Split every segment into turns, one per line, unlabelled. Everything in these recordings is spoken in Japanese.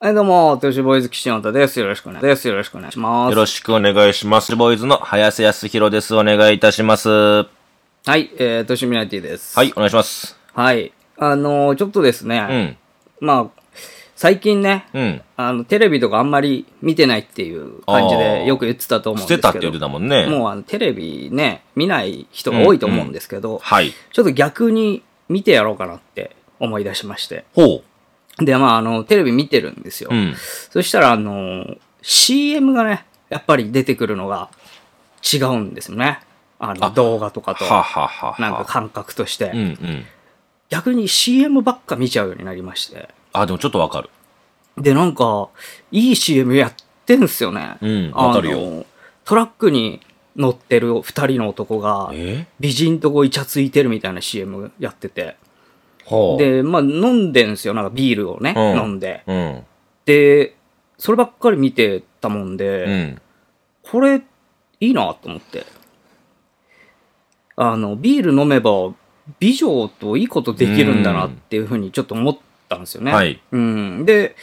はい、どうも、トヨシボーイズ岸本です。よろしくお願いです。よろしくお願いします。
よろしくお願いします。ボーイズの林康弘です。お願いいたします。は
はい、えー、トヨシミナティです。
い。、お願いします。
はい。あのーちょっとです
う
ね、
ん。
まあ、最近ね、
うん。
あの、テレビとかあんまり見てないっていう感じ
あ
で
ー
よく言ってたと思うんで
捨
すけ
て
ど。
たって言ってたもんね。
もうあの、テレビね、見ない人が多いと思うんですけど、
はい。
ちょっと逆に見てやろうかなって思い出しまして。
ほ
で、まあ、あの、テレビ見てるんですよ。
う。うん。
そしたら、あのー CM がね、やっぱり出てくるのが違うんですよね。あの、
あ
動画とかと、
はははは。
なんか感覚として。
うんうん。
逆に CM ばっか見ちゃうようになりまして。
あ、でもちょっとわかる。
で、なんか、いい CM やってんすよね。
うん
あの
わかるよ。
トラックに乗ってる二人の男が、
え
美人とこうイチャついてるみたいな CM やってて。
ほう。、
で、まあ飲んでんすよ。なんかビールをね、
うん
飲んで。
うん。
で、そればっかり見てたもんで、
うん。
これ、いいなと思って。あの、ビール飲めば、美女といいことできるんだなっていうふうにちょっと思ったんですよね。
はい。
うん。で、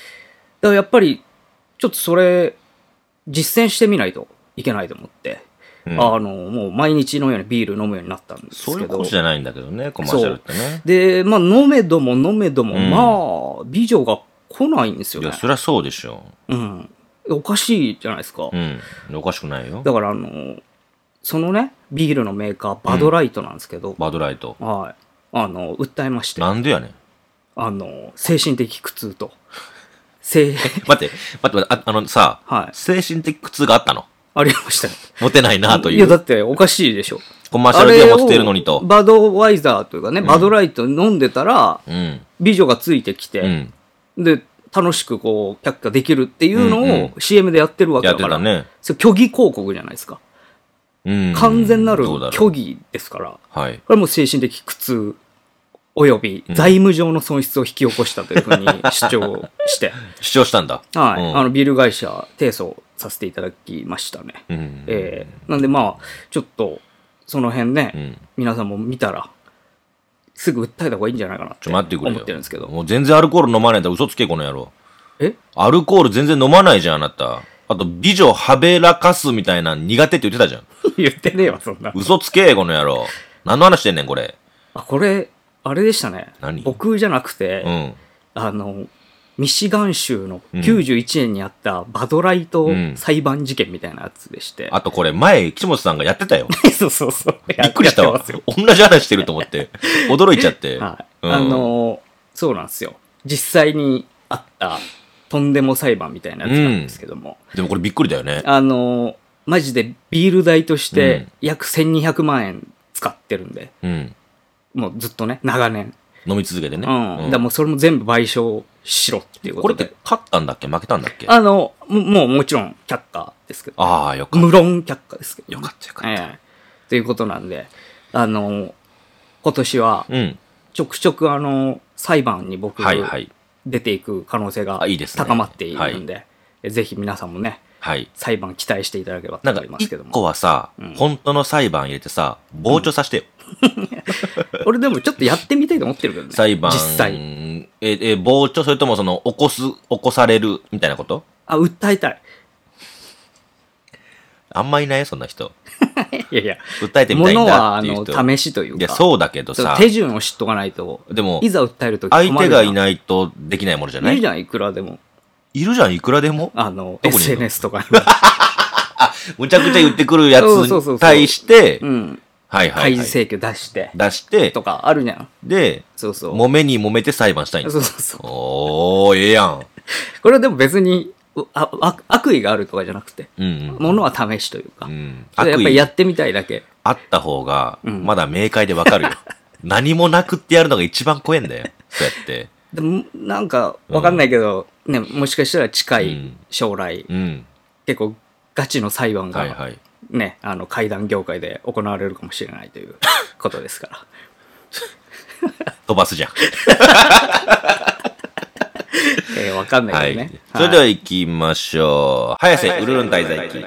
だからやっぱり、ちょっとそれ、実践してみないといけないと思って、
うん
あの、もう毎日のようにビール飲むようになったんですけど。
そういうことじゃないんだけどね、コマーシャルってね。
で、まあ、飲めども飲めども、
うん
まあ、美女が来ないんですよ
い
ね
や、。そりゃそうでしょ。
うん。おかしいじゃないですか。
うん。おかしくないよ。
だからあの、そのね、ビールのメーカー、バドライトなんですけど、
バドライト。
はい。あの、訴えまして、あ
なんでやねん。
の、精神的苦痛と、精、
待って、待って、待ってああのさ、
はい
精神的苦痛があったの。
ありましたよ。
モテないなと
や、
い
だ
う。
っておかしいでしょ。
コマーシャルではモテてるのに
あれを
と。
バドワイザーというかね、バドライト飲んでたら、
うん。
美女がついてき
う
て、
ん。
で、楽しくこう、却下できるっていう
うん
の
う
を CM でやってるわけ
やっ
だ
て
か
た
ら、
ね。
それ虚偽広告じゃないですか。
うん
完全なる
どうだろう
虚偽ですから。
はい。
これはもう精神的苦痛及び財務上の損失を引き起こしたというふうに主張 して、
主張したんだ。
はい、
うん
あのビル会社提訴させていただきましたね。
うん。
えーなんでまあ、ちょっとその辺ね、
うん
皆さんも見たら、すぐ訴えた方がいいんじゃないかなっ
ち
て
ょ、待ってくれよ。
思ってるんですけど。
もう全然アルコール飲まないんだ。嘘つけ、この野郎。
え
アルコール全然飲まないじゃん、あなた。あと、美女はべらかすみたいな苦手って言ってたじゃん。
言ってねえわ、そんな。
嘘つけ、この野郎。何の話してんねん、これ。
あ、これ、あれでしたね
何。
僕じゃなくて、
うん。
あの、ミシガン州の91年にあったバドライト裁判事件みたいなやつでして。
あと、これ、前、岸本さんがやってたよ。
そうそうそう。
びっくりした
や
わ
てますよ。
同じ話してると思 って。驚いちゃって。
はい。
うん
あのー、そうなんですよ。実際にあった、とんでも裁判みたいなやつなんですけども、
でもこれびっくりだよね。
あのー、マジでビール代とし
う
て
ん
約1200万円使ってるんで、
うん。
もうずっとね、長年。
飲み続けて
う
ね。
ん。だからもうそれも全部賠償しろっていうこ
ことれっ
で。
て、勝ったんだっけ負けたんだっけあ
あの、ももうもちろん却下ですけど、
あー、よかっ
無論却下ですけ
た。
ど、
よかった、よかっ
ええ。ということなんで、あのー、今年は、
た。うん。
ちょくちょくあの裁判に僕
はいはい。
出ていく可能性が
あいいですね
高まっているんで、ぜひ皆さんもね、
はい。
裁判期待していただければと
なんか
思い、ます
一
けども。
個はさ、
うん
本当の裁判入れてさ、傍聴させてよ。
俺でもちょっとやってみたいと思ってるけどね。
裁判。
実際。
え、え、傍聴、それともその、起こす、起こされる、みたいなこと
あ、訴えたい。
あんまいないそんな人。
いやいや、
訴えてみ
も
たい
の
ん
は
だっ
あ
ていう
の試
人。
しという
いや、
か、
そうだけど
ちょっと
さ、
手順を知っとかないと、
でも
い、ざ訴えるとき
相手がい
い。
ないとできないものじゃないい
るじゃん、いくらでも。
いるじゃん、いくらでも。
あの、
どこにいるの
SNS とかに。
むちゃくちゃ言ってくるやつ
そうそうそうそう
に対して
う、ん。
はいはい
開
は
示
い。
請求出して、
出して、
とかあるじゃん。
で、
そうそう。
揉めに揉めて裁判したいん
そう
だ
そうそう。
おー、ええやん。
これはでも別に、うあ悪悪意があるとかじゃなくて、
うんうん。
ものは試しというか、
うん。
それやっ
悪
ぱり
意
やってみたいだけ。
あった方が、
うん
まだ明快でわ かるよ。何もなくってやるのが一番怖えんだよ。そうやって。
でも、なんか、わかんないけど、ね、もしかしたら近
う
い
ん
将来、
うん。
結構ガチの裁判が、
はいはい。
ね、あの、会談業界で行われるかもしれない ということですから。
飛ばすじゃん。
えーわかんな
は
け
い
どね
い。。それで
は、
はい行きましょう。早瀬うるるん滞在記。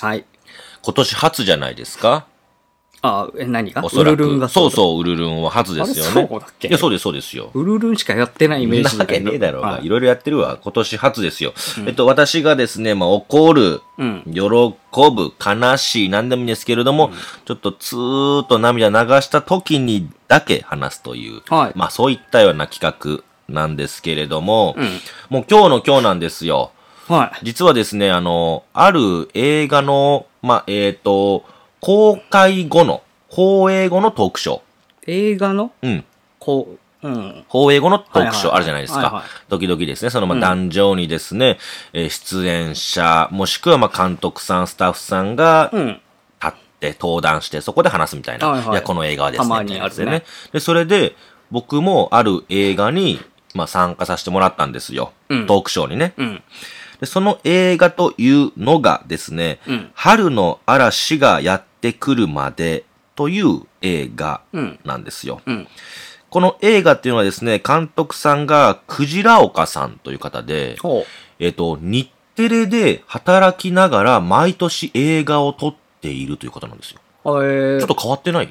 はい
今年初じゃないですか
あ、え、何が
おそら
ウルルン
く。
が
そう
う
そう、ウルルンは初ですよ
あ
ね
れ。そうだっけ
いや、そうです、そうですよ。
だ。ウルルンしかやってないイメージ
なわけねえだろうが、
はい
いろいろやってるわ。今年初ですよ。えっと、私がですね、まあ、怒る、
うん
喜ぶ、悲しい、何でもいいんですけれども、ちょっとツーっと涙流した時にだけ話すという、
はい
まあ、そういったような企画なんですけれども、
うん
もう今日の今日なんですよ。
はい。
実はですね、あの、ある映画の、まあ、えっ、と、公開後の、放映後のトークショー。
映画の、
うん。
こう、うん。
放映後のトークショーあるじゃないです
はいはいは
か
い。
時々ですね、そのまあ壇上にですね、えー出演者、もしくはまあ監督さん、スタッフさんが
うん。
立って登壇して、そこで話すみたいな。
はい
い
はい
や、この映画はです
た
ね。
まにあるね
ってやつでで、それで、僕もある映画に、まあ、参加させてもらったんですよ。
うん
トークショーにね。
うん。
で、その映画というのがですね、
うん
春の嵐がやってくるまでという映画
うん。
なんですよ。
うん。
この映画っていうのはですね、監督さんがクジラ岡さんという方で、
ほう。
えっと、日テレで働きながら毎年映画を撮っているということなんですよ。
え
ち
ー
ょっと変わってない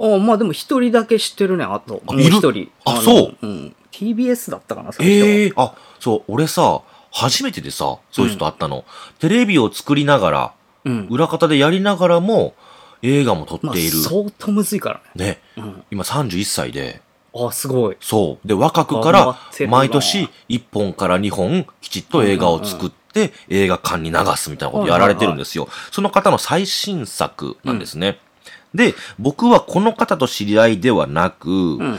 あまあでも一人だけ知ってるね、あと。
あ
もう
いる
一人。
あ
の
そう。
うん。TBS だったかな、その人は
ええあ、そう、俺さ、初めてでさ、そういう人会ったの。テレビを作りながら、
うん。
裏方でやりながらも、映画も撮っ
まあ、
ている。
相当むずいからね。
ね、
うん
今31歳で、
あ、すごい。
そう。で、若く
頑張
から
って、るな
毎年1本から2本、きちっと映画を作って、映画館に流すみたいなことやられてるんですよ。その方の最新作なんですね。で、僕はこの方と知り合いではなく、
うん。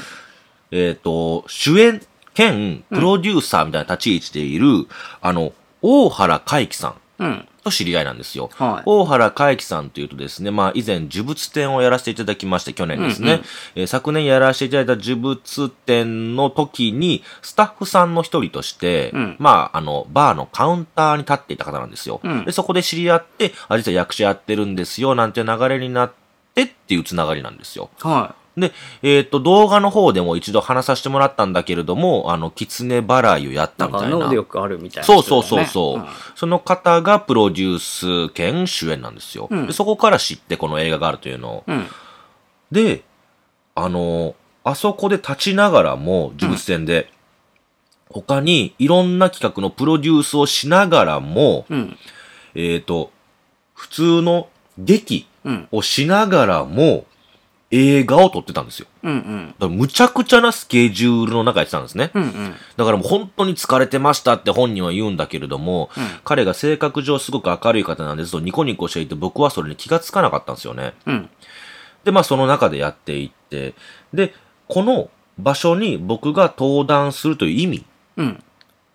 えっ、と、主演兼プロデューサーみたいな立ち位置でいる、あの、大原海輝さん
うん。
と知り合いなんですよ。
はい。
大原海輝さんというとですね、まあ以前呪物展をやらせていただきまして、去年ですね、
うんうん
えー昨年やらせていただいた呪物展の時に、スタッフさんの一人として、
うん
まああの、バーのカウンターに立っていた方なんですよ。
うん
で、そこで知り合って、あ、実は役者やってるんですよ、なんて流れになってっていうつながりなんですよ。
は
で、えっ、と、動画の方でも一度話させてもらったんだけれども、あの、狐払いをや
い。
っ
な
た
ん
みたい
か
な。
能力あるみたいな人だ
そ
よね、
うそうそうそう、その方がプロデュース兼主演なんですよ、
うん
でそこから知ってこの映画があるというのを、
うん。うん。
であのあそこで立ちながらも呪物展で、他にいろんな企画のプロデュースをしながらも、
うん。
えっ、と普通の劇
うん。
をしながらも映画を撮ってたんですよ
うん。うん。
だからむちゃくちゃなスケジュールの中やってたんですね、
うん。うん。
だからもう本当に疲れてましたって本人は言うんだけれども、
うん
彼が性格上すごく明るい方なんですとニコニコしていて僕はそれに気がつかなかったんですよね。
うん。
で、まあその中でやっていって、で、この場所に僕が登壇するという意味、
うん。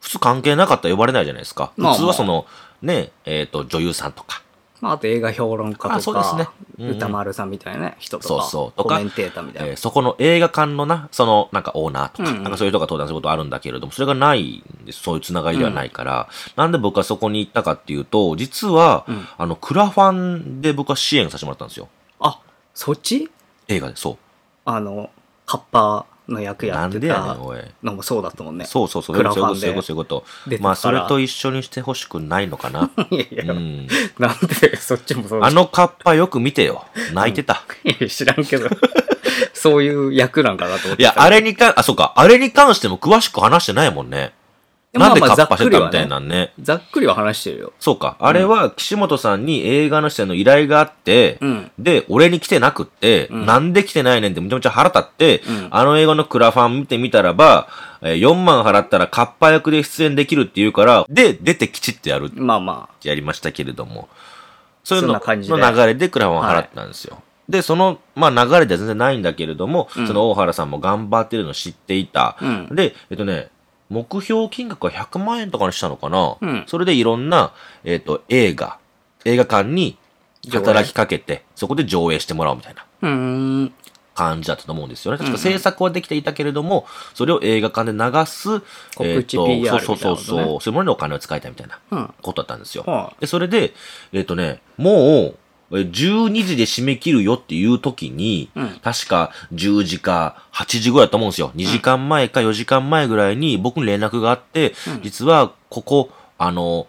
普通関係なかったら呼ばれないじゃないですか。
まあまあ
普通はその、ね、えっ、と、女優さんとか、
まあ、あと映画評論家とか、
あそうですねうんうん
歌丸さんみたいなね人とか、
そうそうとか
コメンテーターみたいな。
えーそこの映画館のな、その、なんかオーナーとか、
うんうん
なんかそういう人が登壇することあるんだけれども、それがないんです。そういうつながりではないから、なんで僕はそこに行ったかっていうと、実は、
うん
あの、クラファンで僕は支援させてもらったんですよ。
あ、そっち
映画で、そう。
あの、カッパーの役や
な
っ
ん
て
でやね
た
ん、おい。
のもそうだったもんね。
そうそうそう、
クラファンで
そういうこと、そういうこと、そう
出
い
てたから
うこと。まあ、それと一緒にしてほしくないのか な。
いやいうや、
ん。
なんでそっちもそうだ
あのカッパよく見てよ。泣いてた。
いや知らんけど、 そういう役なんかなと思って
いや、あれに関、あ、そうか、あれに関しても詳しく話してないもんね。
でもま
な
あ
んで
まあ
カッパしてたみたい
ざっくりはね
なね。
ざっくりは話してるよ。
そうか。あれは、岸本さんに映画の出演の依頼があって、
うん
で、俺に来てなくって、
うん
なんで来てないねんってめちゃめちゃ腹立って、
うん
あの映画のクラファン見てみたらば、えー4万払ったらカッパ役で出演できるって言うから、で、出てきちってやる、
まあま
やりましたけれども。そういう
そん
の
な感じで
の流れでクラファン払ったんですよ。で、その、まあ流れでは全然ないんだけれども、
うん
その大原さんも頑張ってるの知っていた。
うん
で、えっとね、目標金額は100万円とかにしたのかな、
うん
それでいろんな、えっと、映画、映画館に働きかけて、そこで上映してもらおうみたいな
あ。うーん。
感じだったと思うんですよね。確
うんう
か
ん
制作はできていたけれども、それを映画館で流す、
告知
えっと
PR
そうそうそう
みたいなこ
そう、そういうものにお金を使いたいみたいな
うん。
ことだったんですよ。
は
で、それで、えっ、とね、もう、え12時で締め切るよっていう時に、
うん
確か10時か8時ぐらいだと思うんですよ。2時間前か4時間前ぐらいに僕に連絡があって、実はここ、あの、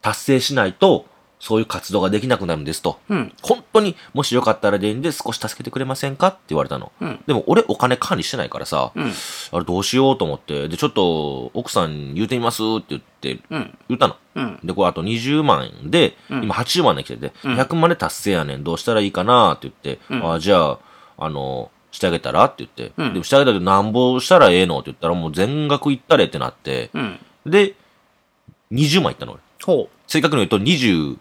達成しないと、そういう活動ができなくなるんですと。
うん。
本当にもしよかったらでいいんで少し助けてくれませんかって言われたの。
うん
でも俺お金管理してないからさ、
うん。
あれどうしようと思って、でちょっと奥さんに言うてみますって言って、
うん。
言ったの。
うん。
で、これあと20万で、
うん
今80万で来てて、
うん
100万で達成やねん、どうしたらいいかなって言って、
うん
あじゃあ、あの、してあげたらって言って、
うん
でもしてあげたらなんぼしたらええのって言ったらもう全額いったれってなって、
うん。
で、20万いったの俺。
ほ
正確に言うと21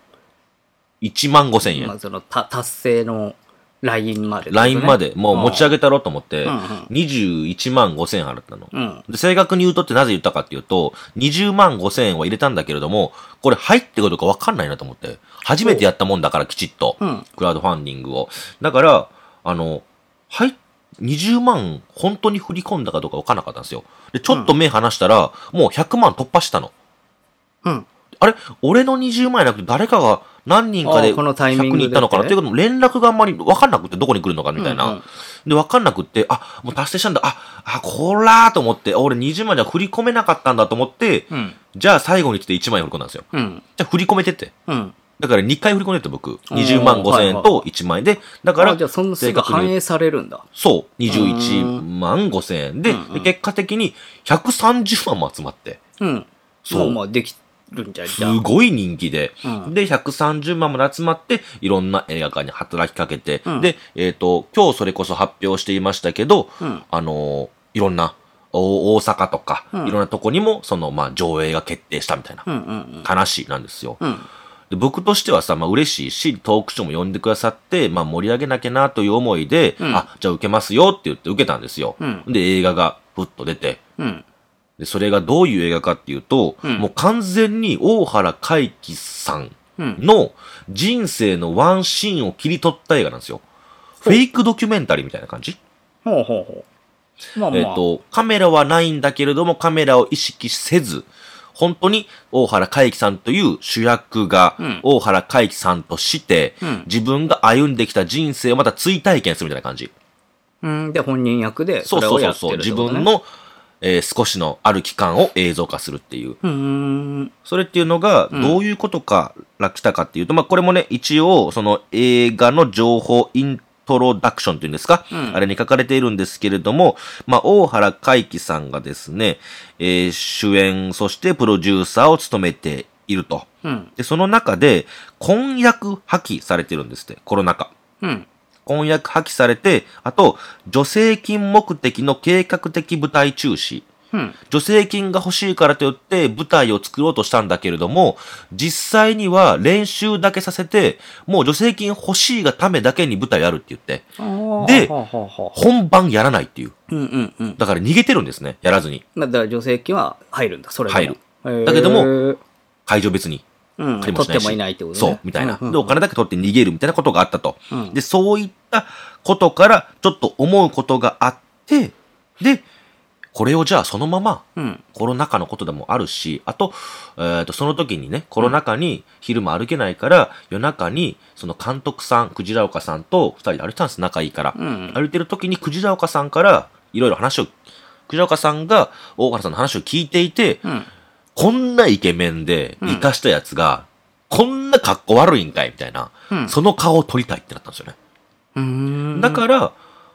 万5千
う。
円。
まあ、その、た、達成のラインまで、
ラインま。で、もう持ち上げたろと思って、
うんうん
21万5千円払ったの。
うん。
で正確に言うとってなぜ言ったかっていうと、20万5千円は入れたんだけれども、これ入ってくるかわかんないなと思って。初めてやったもんだからきちっと。
うん。
クラウドファンディングを。だから、あの、はい、20万本当に振り込んだかどうかわかんなかったんですよ。で、ちょっと目離したら、もう100万突破したの。
うん。
あれ俺の20万円なくて誰かが何人か
あ
で
ーこのタイミン
100
グ
人
で
いたのかな
っ
ってていうことも連絡があんまり分かんなくてどこに来るのかみたいな。
うんうん
で、分かんなくって、あ、もう達成したんだ。あ、あ、こらーと思って、俺20万じゃ振り込めなかったんだと思って、
うん。
じゃあ最後に来て1万円振り込んだんですよ。
うん。
じゃあ振り込めてって。
うん。
だから2回振り込んでて僕、20万5千円と1万円で、だか、
からら、じゃあ、そんなすぐ反映されるんだ。
そう、21万5千円で、
うんうん
で結果的に130万も集まって、
うん。
そう
まあまあ、できるんじゃ、
す
じゃあ。
ごい人気で、
うん
で、130万まで集まって、いろんな映画館に働きかけて、
うん
で、えっ、と、今日それこそ発表していましたけど、
うん
あのーいろんな、お大阪とか、
うん
いろんなとこにも、その、まあ、上映が決定したみたいな
うんうん
話なんですよ。
うん。うん。
で僕としてはさ、まあ、嬉しいし、トークショーも呼んでくださって、まあ、盛り上げなきゃなという思いで、
うん
あ、じゃあ受けますよって言って受けたんですよ。
うん
で、映画がふっと出て、
うん。
で、それがどういう映画かっていうと、
うん
もう完全に大原海輝さん
うん。
の人生のワンシーンを切り取った映画なんですよ。フェイクドキュメンタリーみたいな感じ、
ほうほうほう。まあまあ。
えっ、と、カメラはないんだけれども、カメラを意識せず、本当に大原海輝さんという主役が
うん、
大原海輝さんとして、
うん
自分が歩んできた人生をまた追体験するみたいな感じ。
うん。で、本人役で、そ
そ
うれ
そ
を
うそ
や
う
って
そう、
るって
自
ことね
分。の、えー少しのある期間を映像化するっていう。
うーん。
それっていうのが、
うん
どういうことから来たかっていうと、まあ、これもね、一応、その映画の情報イントロダクションっていうんですか、
うん
あれに書かれているんですけれども、まあ、大原海輝さんがですね、えー主演、そしてプロデューサーを務めていると。
うん。
で、その中で、婚約破棄されてるんですって、コロナ禍。
うん。
婚約破棄されて、あと、助成金目的の計画的舞台中止。
うん。
助成金が欲しいからといって舞台を作ろうとしたんだけれども、実際には練習だけさせて、もう助成金欲しいがためだけに舞台やるって言って、
ああ
で
はあはあはあ
本番やらないっていう。
うんうんうん。
だから逃げてるんですね。やらずに。
だから女性器は入るんだ、それでも
入る
へー
だけども会場別に。
うん、
借り
取
も
っ
しない
て
し
もいないってことね。
そう、みたいな。
うんうん
で、お金だけ取って逃げるみたいなことがあったと。
うん
で、そういったことから、ちょっと思うことがあって、で、これをじゃあそのまま
うん。
コロナ禍のことでもあるし、あと、えーと、その時にね、コロナ禍に昼間歩けないから、夜中に、その監督さん、クジラ岡さんと二人で歩いてたんです、仲いいから。
うん。
歩いてる時にクジラ岡さんから、いろいろ話を、クジラ岡さんが大原さんの話を聞いていて、
うん。
こんなイケメンで、生かしたやつが、こんな格好悪いんかいみたいな、
うん
その顔を撮りたいってなったんですよね。
うーん。
だから、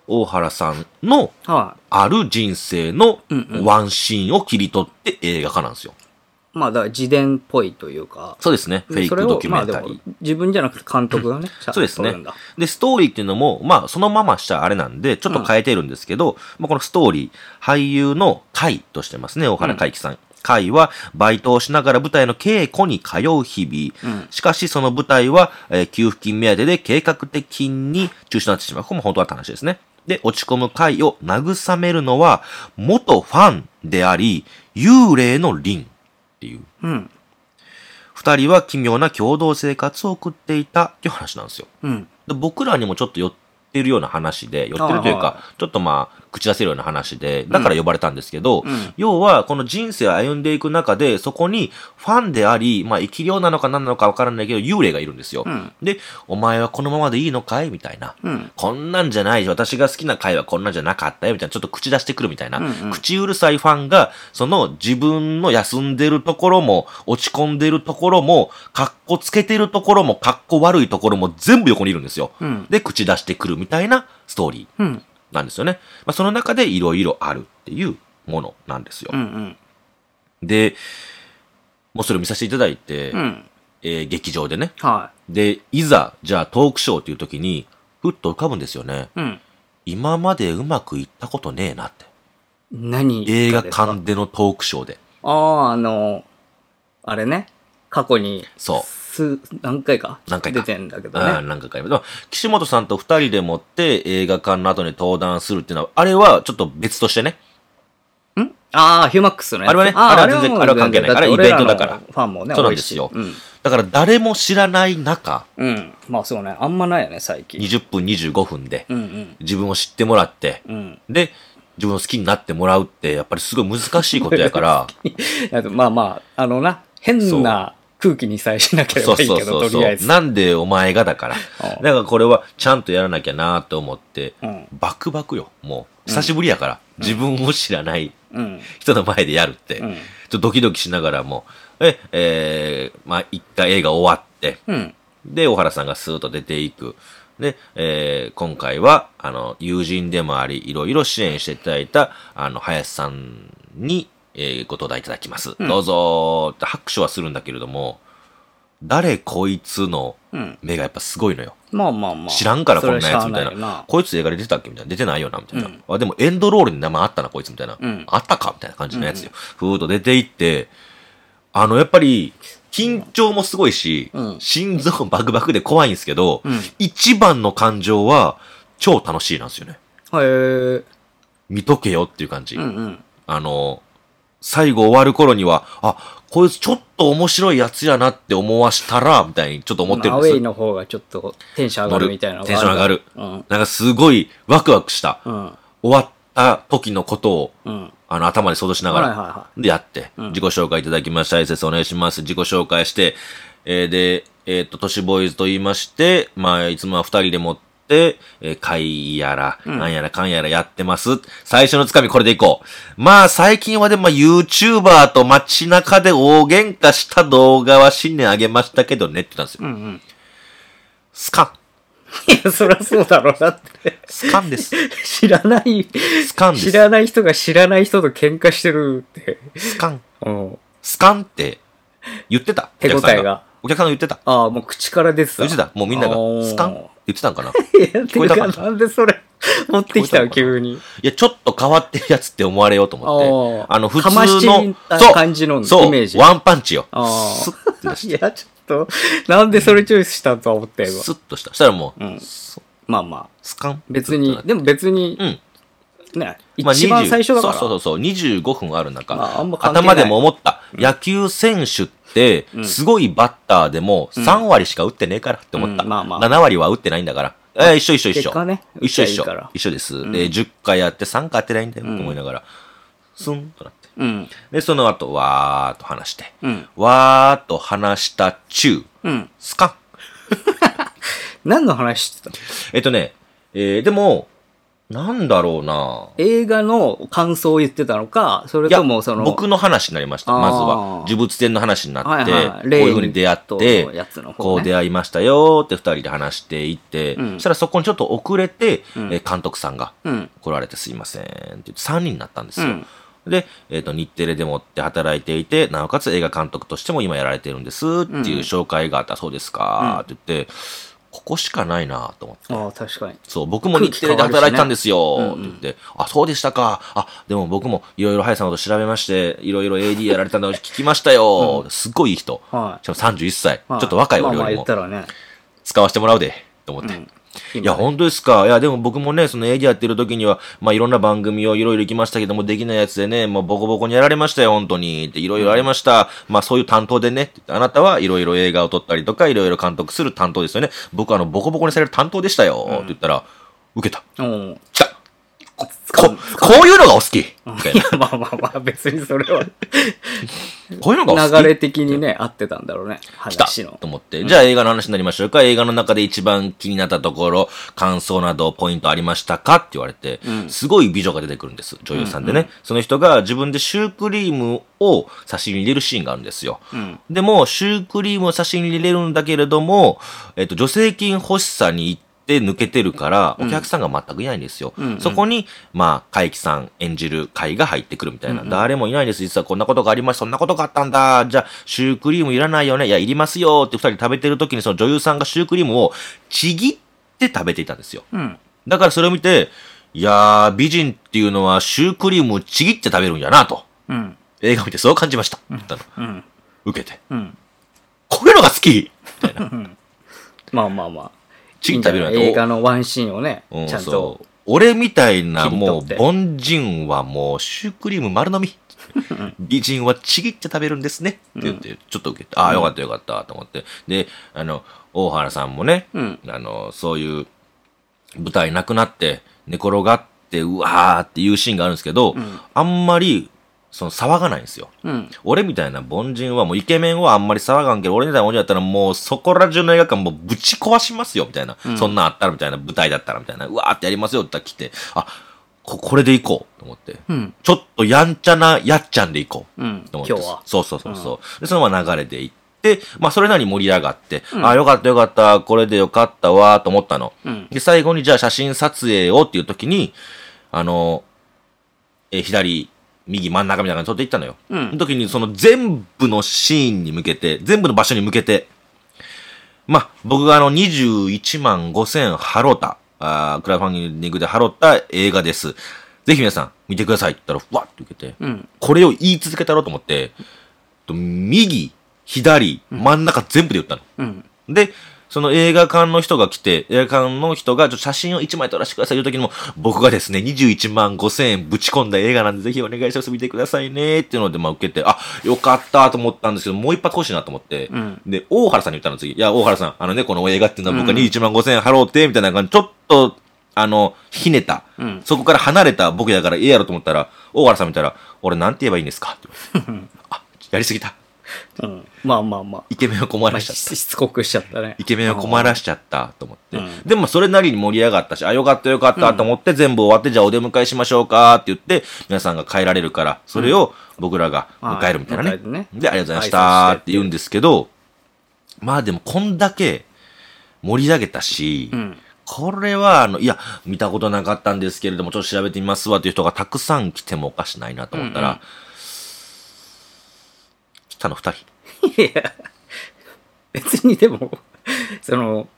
大原さんの
ら、は
ある人生の
うんうん
ワンシーンを切り取って映画化なんですよ。
い。まあ、だから自伝っぽいというか、
そうですね。フェイ
そ
ク
れ
ド
を
キュ
ま
メ
あ
ン
で
タリ
も
ー。
自分じゃなくて監督がね、ちゃん
そ
と
うです
撮
ね
るんだ。。
で、ストーリーっていうのも、まあ、そのまましたあれなんで、ちょっと変えてるんですけど、まあ、このストーリー、俳優の海としてますね、大原海輝さん。海は、バイトをしながら舞台の稽古に通う日
う
々。
ん
しかし、その舞台は、えー給付金目当てで計画的に中止になってしまう。これも本当だった話ですね。で、落ち込む海を慰めるのは、元ファンであり、幽霊の凛っていう。
うん。
二人は奇妙な共同生活を送っていたっていう話なんですよ。
うん。
で僕らにもちょっと寄ってるような話で、寄ってるという
はい
か、ちょっとまあ、口出せるような話で、だから呼ばれたんですけど、
うん
要は、この人生を歩んでいく中で、そこにファンであり、まあ、生き量なのか何なのかわからないけど、幽霊がいるんですよ。
うん
で、お前はこのままでいいのかいみたいな。
うん
こんなんじゃない私が好きな回はこんなんじゃなかったよ、みたいな、ちょっと口出してくるみたいな、
うんうん
口うるさいファンが、その自分の休んでるところも、落ち込んでるところも、格好つけてるところも、格好悪いところも全部横にいるんですよ。
うん
で、口出してくるみたいなストーリー
うん
なんですよね。まあ、その中でいろいろあるっていうものなんですよ
う。ん
で、もうそれを見させていただいて、
うん
えー劇場でね。
は
で、いざ、じゃあトークショーっていう時に、ふっと浮かぶんですよね。
いうん
今までうまくいったことねえなって。
何
映画
ですか
館でのトークショーで。
あああのあれね過去に
そう
数何回か
何回か
出てんだけど
ああ
ね
なんかかまあ岸本さんと二人でもって映画館の後に登壇するっていうのは、あれはちょっと別としてね。
んああヒューマックスのやつ
あれはね
ー
あれは全然
もう
あれは関係ない
だって
あれはイベントだから
俺のファンもね
そうなん
多いし
ですよ
うん
だから誰も知らない中、
うんまあそうねあんまないよね最近
20分25分で
うんうん
自分を知ってもらって、
うん
で、自分を好きになってもらうって、やっぱりすごい難しいことや から、
あとまあまあ、あのな、変な空気にさえしなければ
そ
いういけ
そ
ど、
うそ
と
う
り
そ
あえ
う。
ず。
なんでお前がだから。だ
うん
からこれはちゃんとやらなきゃなと思って、
うん
バクバクよ。もう、久しぶりやから、自分を知らない
うん。
人の前でやるって、
うん
ちょっとドキドキしながらも、え、えーまあ、一回映画終わって、
うん。
で、小原さんがスーッと出ていく。で、えー今回は、あの、友人でもあり、いろいろ支援していただいた、あの、林さんに、えーご登壇いただきます。どうぞーって拍手はするんだけれども、誰こいつの
うん。
目がやっぱすごいのよ。
まあまあまあ。
知らんからこんなやつみ
そ
たいな。
れはしゃあよ
こいつ映画で出てたっけみたいな。出てないよなみたいな、
うん
あ。でもエンドロールに名前あったな、こいつみたいな。
うん
あったかみたいな感じのやつよ。ふーっと出ていって、あの、やっぱり、緊張もすごいし、
うん
心臓バクバクで怖いんですけど、
うん
一番の感情は、超楽しいなんですよね。
へえ。
見とけよっていう感じ。
うんうん。
あの、最後終わる頃には、あ、こいつちょっと面白いやつやなって思わしたら、みたいにちょっと思ってる
ア
ん
ウ
です
ェイの方がちょっとテンション上がるみたいなの
テンション上がる。
うん。
なんかすごいワクワクした。
うん。
終わった時のことを、
うん。
あの、頭で想像しなが
はいはいは
ら、で、やって、
うん
自己紹介いただきました。挨拶お願いします。自己紹介して、えーで、えっと、都市ボーイズと言いまして、まあ、いつもは二人でもって、えー会やら、なんやらかんやらやってます。最初のつかみこれでいこう。まあ、最近はでも、まあ YouTuber と街中で大喧嘩した動画は新年あげましたけどねって言ったんです
う
よ。
んうん。
スカン。
いや、そりゃそうだろうなって。
スカンです。
知らない、
スカンで
知
す。
らない人が知らない人と喧嘩してるって。
スカン。
うん。
スカンって言ってた。
手応えが
お客さん。お客さんが言ってた。
ああ、もう口から出てた。
言ってた。もうみんなが
あー、
スカンって言ってたんかな。い
いや、て
こえ
か
たかな
なんでそれ、持ってきたの、
聞こえたのかな
急に。
や、ちょっと変わってるやつって思われようと思って。
あー
あの、普通
かまし
の
た、感じの
そう、
イメージ
ワンパンチよ。
あー
スッて出
い
し
や、ちょっと、なんでそれチョイスしたとは思った
た。
よ。
スッとした。したらもう、
うん
そ
まあまあ。
スカン。
別に、
で
でも別に
う、ん。
ね、
まあ
一番
20
最初だから。
そうそうそうそう、25分ある中、
まああんま関係ない
頭でも思った。野球選手って、すごいバッターでも3割しか打ってねえからって思った。
うんまあまあ
7割は打ってないんだから。えー一緒一緒一
結
緒。
果ね
一緒一
打っちゃいいから
緒。一緒です。で、10回やって3回当てないんだよって思いながら、スンとなって。
うん。
で、その後、わーっと話して。
うん。
わーっと話した中、
うん。
スカン。
何の話してたの
えっとね、えーでも、なんだろうな
映画の感想を言ってたのか、それともその、
僕の話になりました。
あー
まずは。呪物伝の話になって、
はいはい
こういう風に出会っ
例
て
の、やつの方ね
こう出会いましたよーって二人で話していって、
うん
そしたらそこにちょっと遅れて、えー監督さんが
うん。
来られてすいませんって言って3人になったんですよ。
うん
で、えっ、と、日テレでもって働いていて、なおかつ映画監督としても今やられてるんですっていう紹介があった、そうですかーって言って、ここしかないなーと思って。
ああ、確かに。
そう、僕も日テレで働いてたんです
空
よ、
気変わ
っ
るし
て
ね
言って、あ、そうでしたか。あ、でも僕もいろいろ林さんのこと調べまして、いろいろ AD やられたのを聞きましたよ、すっごいいい人。
はい
しかも31歳、
はい
ちょっと若い俺
まあま
よ
あ
り
言っ
も
たらね。
使わせてもらうで、と思って。
今
いや、本当ですか。いや、でも僕もね、その営業やってる時には、まあ、いろんな番組をいろいろ行きましたけども、できないやつでね、もうボコボコにやられましたよ、本当に。って、いろいろありました。まあ、そういう担当でね、あなたはいろいろ映画を撮ったりとか、いろいろ監督する担当ですよね。僕はあの、ボコボコにされる担当でしたよ、って言ったら、受けた。
おー
来た。こ、
掴ん
ここういうのがお好き。みたい
い
な。
や、まあまあまあ、別にそれ は
こういうのがお好き。
流れ的にね、合ってたんだろうね。
来た
話の
と。思って。じゃあ映画の話になりましょうか。映画の中で一番気になったところ、感想などポイントありましたかって言われて、すごい美女が出てくるんです。女優さんでね。その人が自分でシュークリームを差し入れるシーンがあるんですよ。
うん。
でも、シュークリームを差し入れるんだけれども、えっと、助成金欲しさに行って抜けてるから、お客さんが全くいないんですよ。
うんうん
そこに、まあ、海輝さん演じる海が入ってくるみたいな。誰もいないんです。実はこんなことがありました。そんなことがあったんだ。じゃあ、シュークリームいらないよね。いや、いりますよって二人食べてる時に、その女優さんがシュークリームをちぎって食べていたんですよ。
うん。
だからそれを見て、いやー、美人っていうのはシュークリームをちぎって食べるんやなと。
うん。
映画見てそう感じました。言ったの
うん。
受けて。
うん。
こういうのが好き
まあまあまあ。
ちぎって食べ
い
るない
ん
と
じゃない映画のワンシーンをね、
うん
ちゃんと
そ。う俺みたいな
切り
も
取っ
う
て
凡人はもうシュークリーム 丸飲み美人はちぎって食べるんですねって言ってちょっと受けて、ああよかったよかったと思ってであの大原さんもね、
うん
あのそういう舞台なくなって寝転がってうわーっていうシーンがあるんですけど、あんまりその騒がないんですよ
うん。
俺みたいな凡人はもうイケメンはあんまり騒がんけど、俺みたいなおじだったらもうそこら中の映画館もうぶち壊しますよ、みたいな。そんなんあったらみたいな、舞台だったらみたいな、うわーってやりますよって来て、あ、こ、これで行こうと思って。
うん。
ちょっとやんちゃなやっちゃんで行こう。
うん。今
と思っ
日
て
は。
そうそうそうそう、で、そのまま流れで行って、まあそれなりに盛り上がって、あ、よかったよかった、これでよかったわ、と思ったの。
うん。
で、最後にじゃあ写真撮影をっていう時に、あの、えー左、右、真ん中みたいな感じで撮っていったのよ。
うん
その時にその全部のシーンに向けて、全部の場所に向けて、まあ、僕があの21万5千払った、あークラウドファンディングで払った映画です。ぜひ皆さん見てくださいって言ったら、わっと受けて、
うん。
これを言い続けたろうと思って、と右、左、真ん中全部で言ったの。
うん。
で、その映画館の人が来て、映画館の人がちょっと写真を1枚撮らせてくださいという時にも、僕がですね、21万5千円ぶち込んだ映画なんで、ぜひお願いします、見てくださいね、っていうので、まあ受けて、あ、よかったと思ったんですけど、もう一発欲しいなと思って、
うん
で、大原さんに言ったの次、いや、大原さん、あのね、この映画っていうのは僕が21万5千円払おうって、みたいな感じ、ちょっと、あの、ひねった、
うん
そこから離れた僕だからええやろと思ったら、大原さん見たら、俺なんて言えばいいんで すかって言われてあ、やりすぎた。
うん。まあまあまあ。
イケメンを困らしちゃった
し。しつこくしちゃったね。
イケメンを困らしちゃったと思って。
うん
でもそれなりに盛り上がったし、あ、よかったよかったと思って、全部終わって、じゃあお出迎えしましょうかって言って、皆さんが帰られるから、それを僕らが迎えるみたいなね。
はい迎えてね
で、ありがとうございましたって言うんですけど、まあでもこんだけ盛り上げたし、
うん。
これは、あの、いや、見たことなかったんですけれども、ちょっと調べてみますわという人がたくさん来てもおかしないなと思ったら、
うんうん
来たの二人。。
いや、別にでも、 その、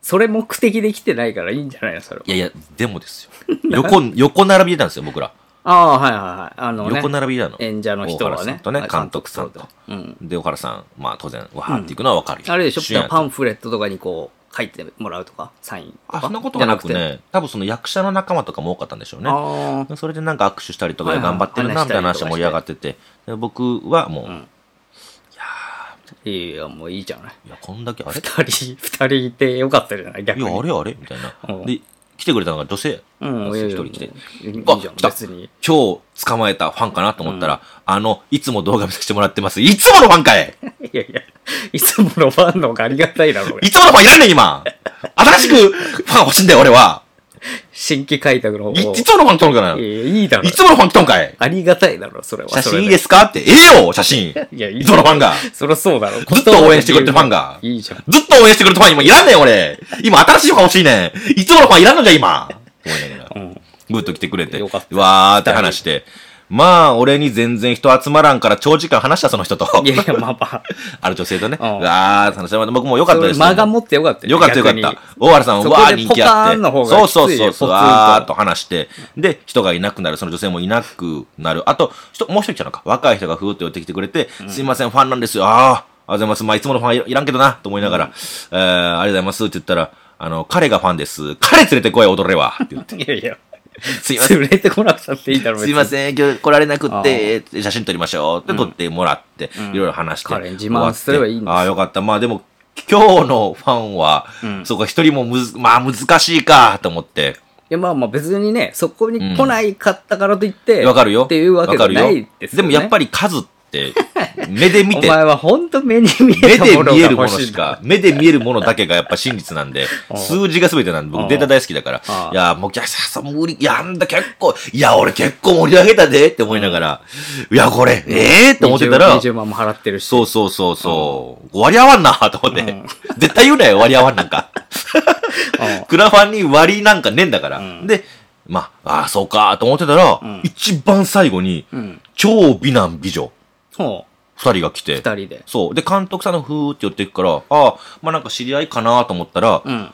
それ目的で来てないからいいんじゃないのそれはい
やいや、でもです よ。横、横並びでたんですよ、僕ら。
ああ、はいはいはい。あのね、
横並びなの。
演者の人
大
は
原さん
ね。
とね
あ、
監督さんと。
うん。
で、小原さん、まあ当然、わーっていくのはわかるよ、
あれでし
主演
ょ
や
パンフレットとかにこう、書いてもらうとか、サインとか。
あ、そんなことはなく
じゃ
ね、多分その役者の仲間とかも多かったんでしょうね。
あ
それでなんか握手したりとか
はい
で
はい
頑張ってるな、みたいな
話したりと
話が
かして
盛り上がってて、で僕はもう、
んあ、いや、もういいじゃない。
いや、こんだけ、あれい
二人、二人いてよかったじゃない逆に。
や、あれあれみたいな
う。ん
で、来てくれたのが女性。
うん、いやいや
一人来て。
いい
あ
じゃん
来、た
別に。
今日捕まえたファンかなと思ったら、あの、いつも動画見させてもらってます。いつものファンかい
いやいや、いつものファンの方がありがたいだろうが
いつものファンいらんねん、今新 しくファン欲しいんだよ、俺は
新規開拓の方
いいつものファン来とんかない
やいやいいだろ
い。つものファン来とんかい
ありがたいだろ、それは。
写真いい
す
ですかって、ええよ、写真。
いやいい
いつものファンが。
そりゃそうだろ。ず
ずっと応援してくれてるファンが
いいじゃん。
ずっと応援してくれるファン今いらんねん、俺。今新しいファン欲しいねん。いつものファンいらんのじゃ、今。思いながら。
うん。
ぐっと来てくれて。
よかった
わーって話して。まあ、俺に全然人集まらんから長時間話した、その人と。
いやいや、まあまあ。
ある女性とね。
うん
わーって話して。僕もよかったです。
それ間が持ってよかった
よかったよかっ
逆に
た。大原さん、
そ
わ
こ
ー
で
人
ポ
気
カ
あって。
ーンの方が
そうそう
きつい
そう
よ
そう、
ポツンと
わーっと話して。で、人がいなくなる、その女性もいなくなる。あと、人、もう一人来たのか。若い人がふーっと寄ってきてくれて、すいません、ファンなんですよ。あー、ありがとうございます。まあ、いつものファンいらんけどな、と思いながら、えー、ありがとうございますって言ったら、あの、彼がファンです。彼連れてこい、踊れは。って言って
いやいや、
すいません。
連れてこなくたっていいだろ、別
す
に
いません、今日来られなくって、写真撮りましょうって撮ってもらって、いろいろ話して。
彼に自慢すればいいんです
ああ、よかった。まあでも、今日のファンは、そうか、一人もむず、まあ難しいか、と思って。
やまあまあ別にね、そこに来ないかったからといって、
わかるよ。
っていうわけじゃないです
で
よ、ね。
もやっぱり数って、目で 見
お
て、
前は本当目に見
目
え
で
るものが
見えるもの
欲しい
し
んだ。
か、目で見えるものだけがやっぱ真実な んで
あ、あ
数字が全てなんで、
ああ
僕データ大好きだから
ああ、
いや、もうキャスさん無理、いや、あんだ結構、いや、俺結構盛り上げたでって思いながら、いや、これ、ええって思ってたら、
20 20万も払ってるし。
そうそうそうそう、割り合わんなと思って、 絶対言うなよ、割り合わんな んか。
うん
クラファンに割りなんかねえんだから。
うん
で、まあ、ああ、そうかと思ってたら、
うん
一番最後に、
うん。
超美男美女、
ほ
二人が来て、
う、二人で。
そう。で、監督さんのふーって寄っていくから、ああ、まあなんか知り合いかなと思ったら、
うん。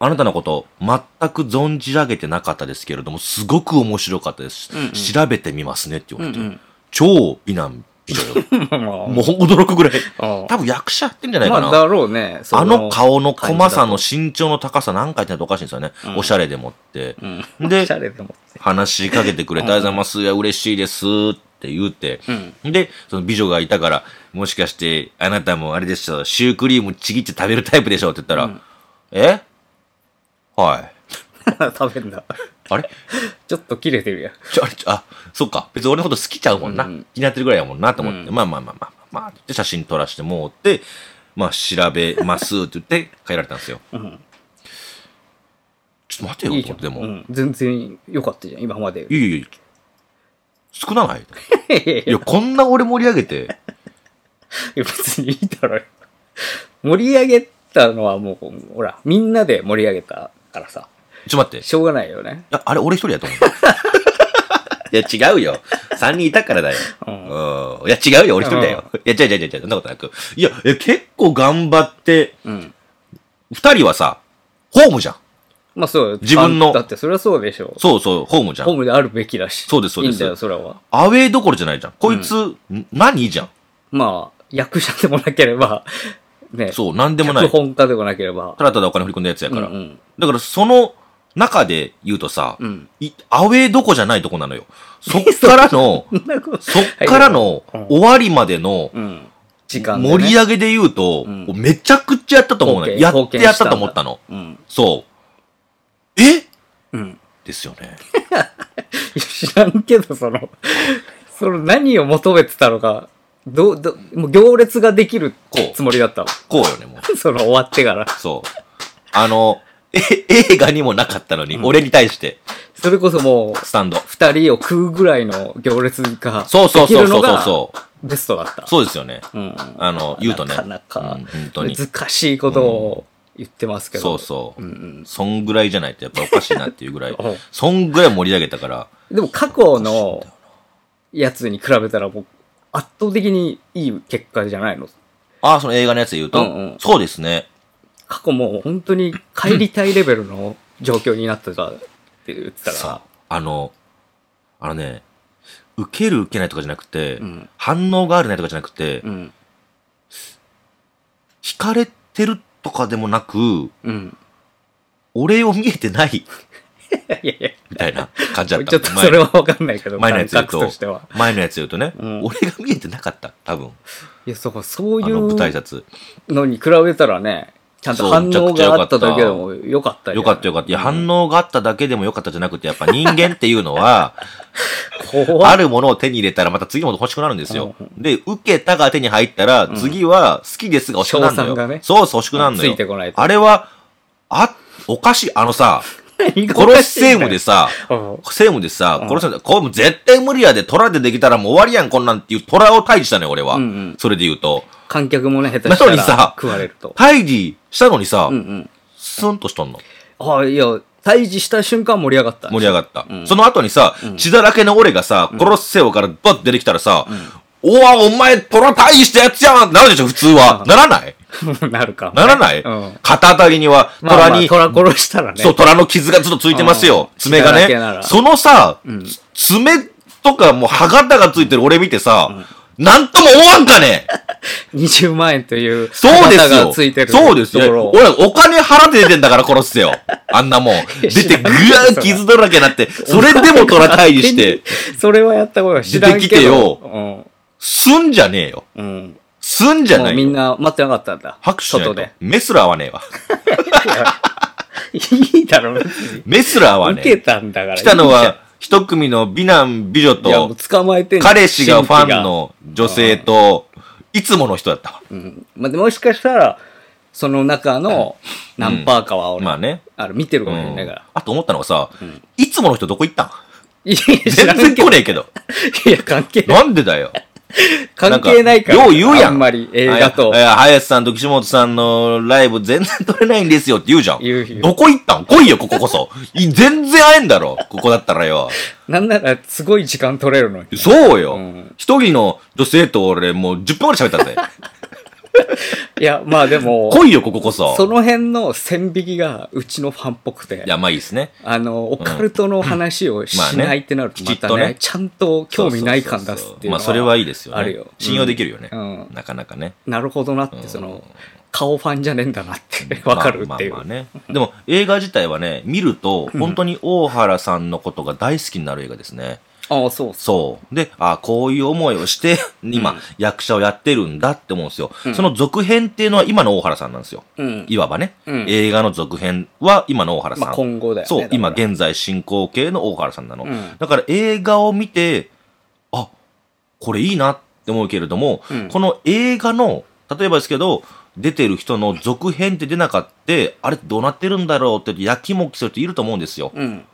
あなたのこと、全く存じ上げてなかったですけれども、すごく面白かったです。
うんうん
調べてみますねって言
う
われて、
ん
超美男 美女よ。
うん。も
もう驚くぐらい。
うん、
多分役者やってんじゃない
ま
かな。
あだろうね。そ
あの顔の
感じ
細
だと
さの身長の高さ何回ってのとおかしいんですよね。
うん
おしゃれでもって。
うん。
で
おしゃれと思って。
話しかけてくれて、ありがとうございます。いや、嬉しいです。って言って。
うん。
で、その美女がいたから、もしかして、あなたもあれでしょ、シュークリームちぎって食べるタイプでしょって言ったら、
うん
えはい。
食べんだ。
あれ
ちょっと切れてるやん。
ちょあれちょあ、そっか。別に俺のこと好きちゃうもんな。
うん
気になってるぐらいやもんなと思って、
うん
まあまあまあまあまあ、まあ、って写真撮らしてもうって、まあ調べますって言って帰られたんですよ。
うん。
ちょっと待て
い
よ、
い
と
じゃ
思
ん。
って、でも、
うん、全然良かったじゃん、今までよ
い
り。
やいやいや、少ない
いやい
いや、こんな俺盛り上げて、
や、別にいいだろよ。 盛り上げたのはもう、ほら、みんなで盛り上げたからさ、
ちょっと待って、
しょうがないよね。
いや、あれ俺一人やと思う。 いや、違うよ。三人いたからだよ。
うん
うん。いや、違うよ。俺一人だよ。いや、違う違う違う違う。そんなことなく。いや、え結構頑張って、
うん。
二人はさ、ホームじゃん。
まあそうよ
自分の
あだってそれはそうでしょう。
そうそう、ホームじゃ
ホー
ん。
ムであるべきだし。
そうですそうです
いいんだよ、それは。
アウェーどころじゃないじゃん。こいつ、ん何じゃん。
まあ、役者でもなければ、ね、
そう、なんでもな
脚
い。
本家でもなければ。
ただただお金振り込んだやつや
う
か
んう
ら。
ん。
だから、その中で言うとさ、
うん。
いアウェーどこじゃないとこなのよ。そっからの、
そんなこと
そっからの
うん
終わりまでの、
うん。時間でね、
盛り上げで言うと、
うん
めちゃくちゃやったと思うのよ。
貢献
やってやったと思ったの。
うん。
そう。え
うん。
ですよね。
いや知らんけど、その、 その何を求めてたのか、どう、どう、もう行列ができる
こう
つもりだったわ。
こうよね、もう。
その終わってから。
そう。あの、え、映画にもなかったのに、俺に対して、
それこそもう、
スタンド。
二人を食うぐらいの行列が
そうそう
でき
そう
る
そ
の
うそう
が
そう。
ベストだった。
そうですよね。
うん。
あの、言うとね。
なかなか
うん本当に。
難しいことを言ってますけ
そ
ど。
うそうう。
ん。
そんぐらいじゃないとやっぱおかしいなっていうぐらい
うん
そんぐらい盛り上げたから。
でも過去のやつに比べたらもう圧倒的にいい結果じゃないの
ああ、その映画のやつで言うと、
うんうん
そうですね。
過去もう本当に帰りたいレベルの状況になってたって言ってたら
さ、あの、あのね、受ける受けないとかじゃなくて、
うん
反応があるないとかじゃなくて、
うん
惹かれてるとかでもなく、
うん
俺を見えてない、
いやいや
みたいな 感じだった。
ちょっとそれは分かんないけど
前のや
感
つ言う
覚
と
としては
前前のやつ言うとね、
うん
俺が見えてなかった、多分。
いやそうそう
あ
い
の舞台
う
挨拶。
のに比べたらねちゃんと反
そうめちゃ
応
くちゃ良
が
か
あ
っ
ったただけでもよかった
よかったよかった。いや、
応
反応があっただけでもよかったじゃなくて、やっぱ人間っていうのは、
怖
あ
っ
るものを手に入れたらまた次のもの欲しくなるんですよ
う。
で、受けたが手に入ったら、次は好きですが欲しくなるの
賞賛
よ。
がね
そうそう欲しくなるの
つ
よ。
いてこないと
あれは、あ、おかしい。あのさ、
何が
コ
お
ロッ
かし
セ
い
ウ
んだ
ム
よ
でさ、
うん
セウムでさ
う、ん
コロッセウムで、これもう絶対無理やで、虎でできたらもう終わりやん、こんなんっていう虎を退治したのよ、俺は
うんうん。
それで言うと。
観客もね下手した
なのにさ
ら食われると
退治したのにさ
うん、うん
スンとしとんの。
あいや退治した瞬間盛り上がった
盛り上がった
う。ん
その後にさ、血だらけの俺がさ、コロッセウムからバッと出てきたらさ、おわ、お前、虎退治したやつやんってなるでしょ、普通は。ならない
なるか
ならない
うん
片当たりには、
まあ
虎
まあ
に、
虎殺したらね
そう、虎の傷がずっとついてますよ。
うん
爪が
血だらけな
ね。
ら
そのさ、つ爪とかもう歯型がついてる俺見てさ、なんとも思わんかね
20万円という
そうです
旗
よ。
がついてる
そうです
とこ
よ。
ろを
俺、お金払って出てんだから殺すよ。あんなもん。出て、ぐわー傷だらけになって、それでも虎退治して、
それはやったことは知らんけど
出てきてよ
うん
すんじゃねえよ。
うん、
すんじゃ
も
な
う
い
みん
よ。
な待ってなかったんだ
拍手しない
外
と
で。
メスラーはねえわ。
いいだろ、別に。
メスラーは
受け
ね、
たんだから。
来たのは一組の美男美女
いいじゃん、いや、もう
と、
捕まえてんの
彼氏がファン。の女性と、いつもの人だったわ。
神父がうん。まあ、でもしかしたら、その中の何パーかは俺、
まあね。
あれ見てる
う
かもしれないから
ん。あと思ったのがさ、いつもの人どこ行ったん
いや、 知
全
らん
然
け
来
ど。
ねえ けど。
いや、関係ない。
なんでだよ。
関係ないから。
よう言うやん。
あんまり映画と
あい。やいや林さんと岸本さんのライブ全然撮れないんですよって言うじゃん。
言う言う
どこ行ったん来いよ、こここそ。い全然会えんだろ、ここだったらよ。
なんなら、すごい時間取れるのに。
そうよ
ん。
一、人の女性と俺もう10分ぐらい喋っ たぜ。
いや、まあでも、
来いよ、こここそ。
その辺の線引きがうちのファンっぽくて
い。や、まあいいですね。
あの、オカルトの話をし
まあね
ないってなると、ま
きちったと
ね
ね、
ちゃんと興味ない感出すっていうの。
まあそれはいいですよね。
あるよ
信用できるよね、
うん
なかなかね。
なるほどなって、その、顔ファンじゃねえんだなって、 わかるっていう。
まあまあまあね。でも映画自体はね、見ると、本当に大原さんのことが大好きになる映画ですね。
ああ、そうっす。
そう。で、あこういう思いをして、今、役者をやってるんだって思うんですよ。
うん
その続編っていうのは今の大原さんなんですよ。
うん。
いわばね、
うん
映画の続編は今の大原さん。
まあ今後だよね。
そう、今
だから
現在進行形の大原さんなの。
うん
だから映画を見て、あ、これいいなって思うけれども、
うん
この映画の、例えばですけど、出てる人の続編って出なかって、あれどうなってるんだろうってやきもきする人いると思うんですよ。
うん。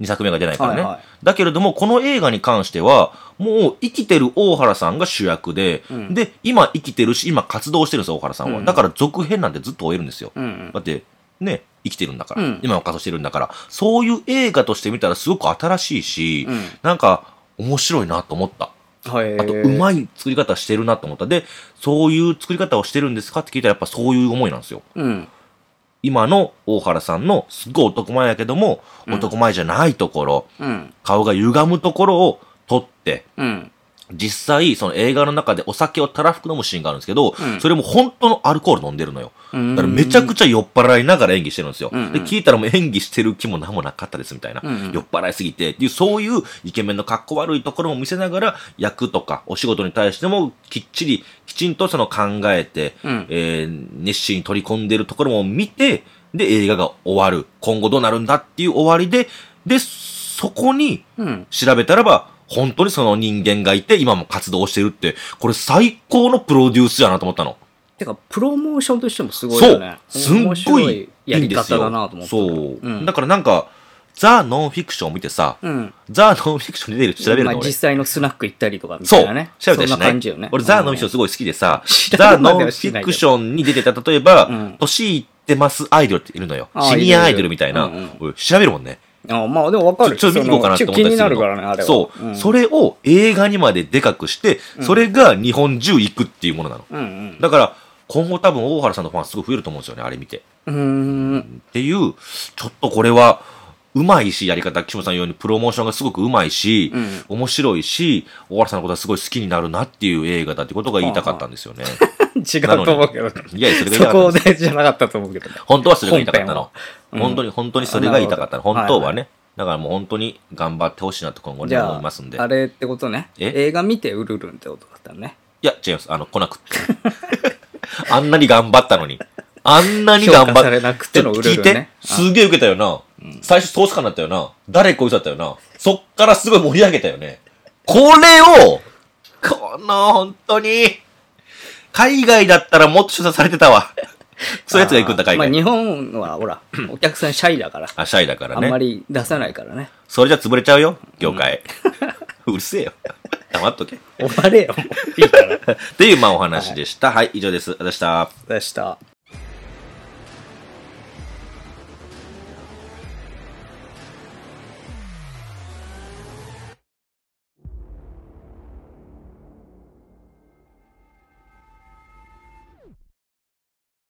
2作目が出ないからね。
はいはい
だけれども、この映画に関しては、もう生きてる大原さんが主役で、
うん
で、今生きてるし、今活動してるんですよ、大原さんは。
うん
だから続編なんてずっと終えるんですよ。
うん。
だって、ね、生きてるんだから、
うん
今も活動してるんだから、そういう映画として見たらすごく新しいし、
うん
なんか面白いなと思った。
はい。
あと、うまい作り方してるなと思った。で、そういう作り方をしてるんですかって聞いたら、やっぱそういう思いなんですよ。
うん。
今の大原さんのすっごい男前やけども、
うん
男前じゃないところ、
うん。
顔が歪むところを撮って、
うん。
実際、その映画の中でお酒をたらふく飲むシーンがあるんですけど、
うん
それも本当のアルコール飲んでるのよ。
うん
だからめちゃくちゃ酔っ払いながら演技してるんですよ。
うんうん
で、聞いたらもう演技してる気も何もなかったですみたいな。
うんうん
酔っ払いすぎてっていう、そういうイケメンの格好悪いところも見せながら、役とかお仕事に対してもきっちり、きちんとその考えて、
うん
えー熱心に取り込んでるところも見て、で、映画が終わる。今後どうなるんだっていう終わりで、で、そこに、
うん。
調べたらば、本当にその人間がいて、今も活動してるって、これ最高のプロデュースやなと思ったの。
てか、プロモーションとしてもすごいよね。
そう、すん
面
ご
白
い
い
い
や
いん
り
ですよ。
方だなと思って。
そう、
うん
だからなんか、ザ・ノンフィクションを見てさ、
うん。
ザ・ノンフィクションに出てる調べる
まあ
の俺
実。際のスナック行ったりとかみた
そ
いうなね。。
調べたり
そ
し
ん
な。
ない感じよね。
俺、ザ・ノンフィクションすごい好きでさ、
知ら
ザ・
んま
ノン
で
フ
はしな
ィ
いけど
クションに出てた、例えば、
うん
年いってますアイドルっているのよ。
あ
シ
ー
ニアアイドルみたいな。
いるいるうんうん
俺調べるもんね。
あまあでも分かる
ちょっと見に行こうかなって
そ
思
のち
った
ょ気
りす
に
るの
なるからね、あれは。
そう、
ん
それを映画にまででかくして、それが日本中行くっていうものなの。
うんうん。
だから、今後多分大原さんのファンすごい増えると思うんですよね、あれ見て。
うーん。
っていう、ちょっとこれは、うまいし、やり方、岸本さんのようにプロモーションがすごくうまいし、
うん
面白いし、大原さんのことはすごい好きになるなっていう映画だってことが言いたかったんです よね。
違うと思うけどね。
いやいや、それが言い
そ
たか
こ
ったんです。
大事じゃなかったと思うけどね。
本当はそれが言いたかった
本
の。
うん
本当に、本当にそれが言いたかったの。本当はね。
な
だからもう本当に頑張ってほしいなと今後
じ
ね
ゃ
思い
あ
ますんで。、
あれってことね。
え
映画見てうるるんってことだったのね。
いや、違います。あの、来なくって。 あんなに頑張ったのに。あんなに頑張
評
っ
価されなくての
ちょ
うる
聞
る
い
ね
て。すげえ受けたよな。最初投資家になったよな。誰こいつだったよな。そっからすごい盛り上げたよね。これを、この、本当に、海外だったらもっと取材されてたわ。そういうやつが行くんだ、
あー
海
まあ
外。
日本はほら、お客さんシャイだから。
あ、シャイだから
あんま
ね。
り出さない からね。
それじゃ潰れちゃうよ、業界。 うるせえよ。黙っとけ。っ
終われよ、もういいから。
ていう、まあ、お話でした。はい、以上です。ありがとうございました。
でした。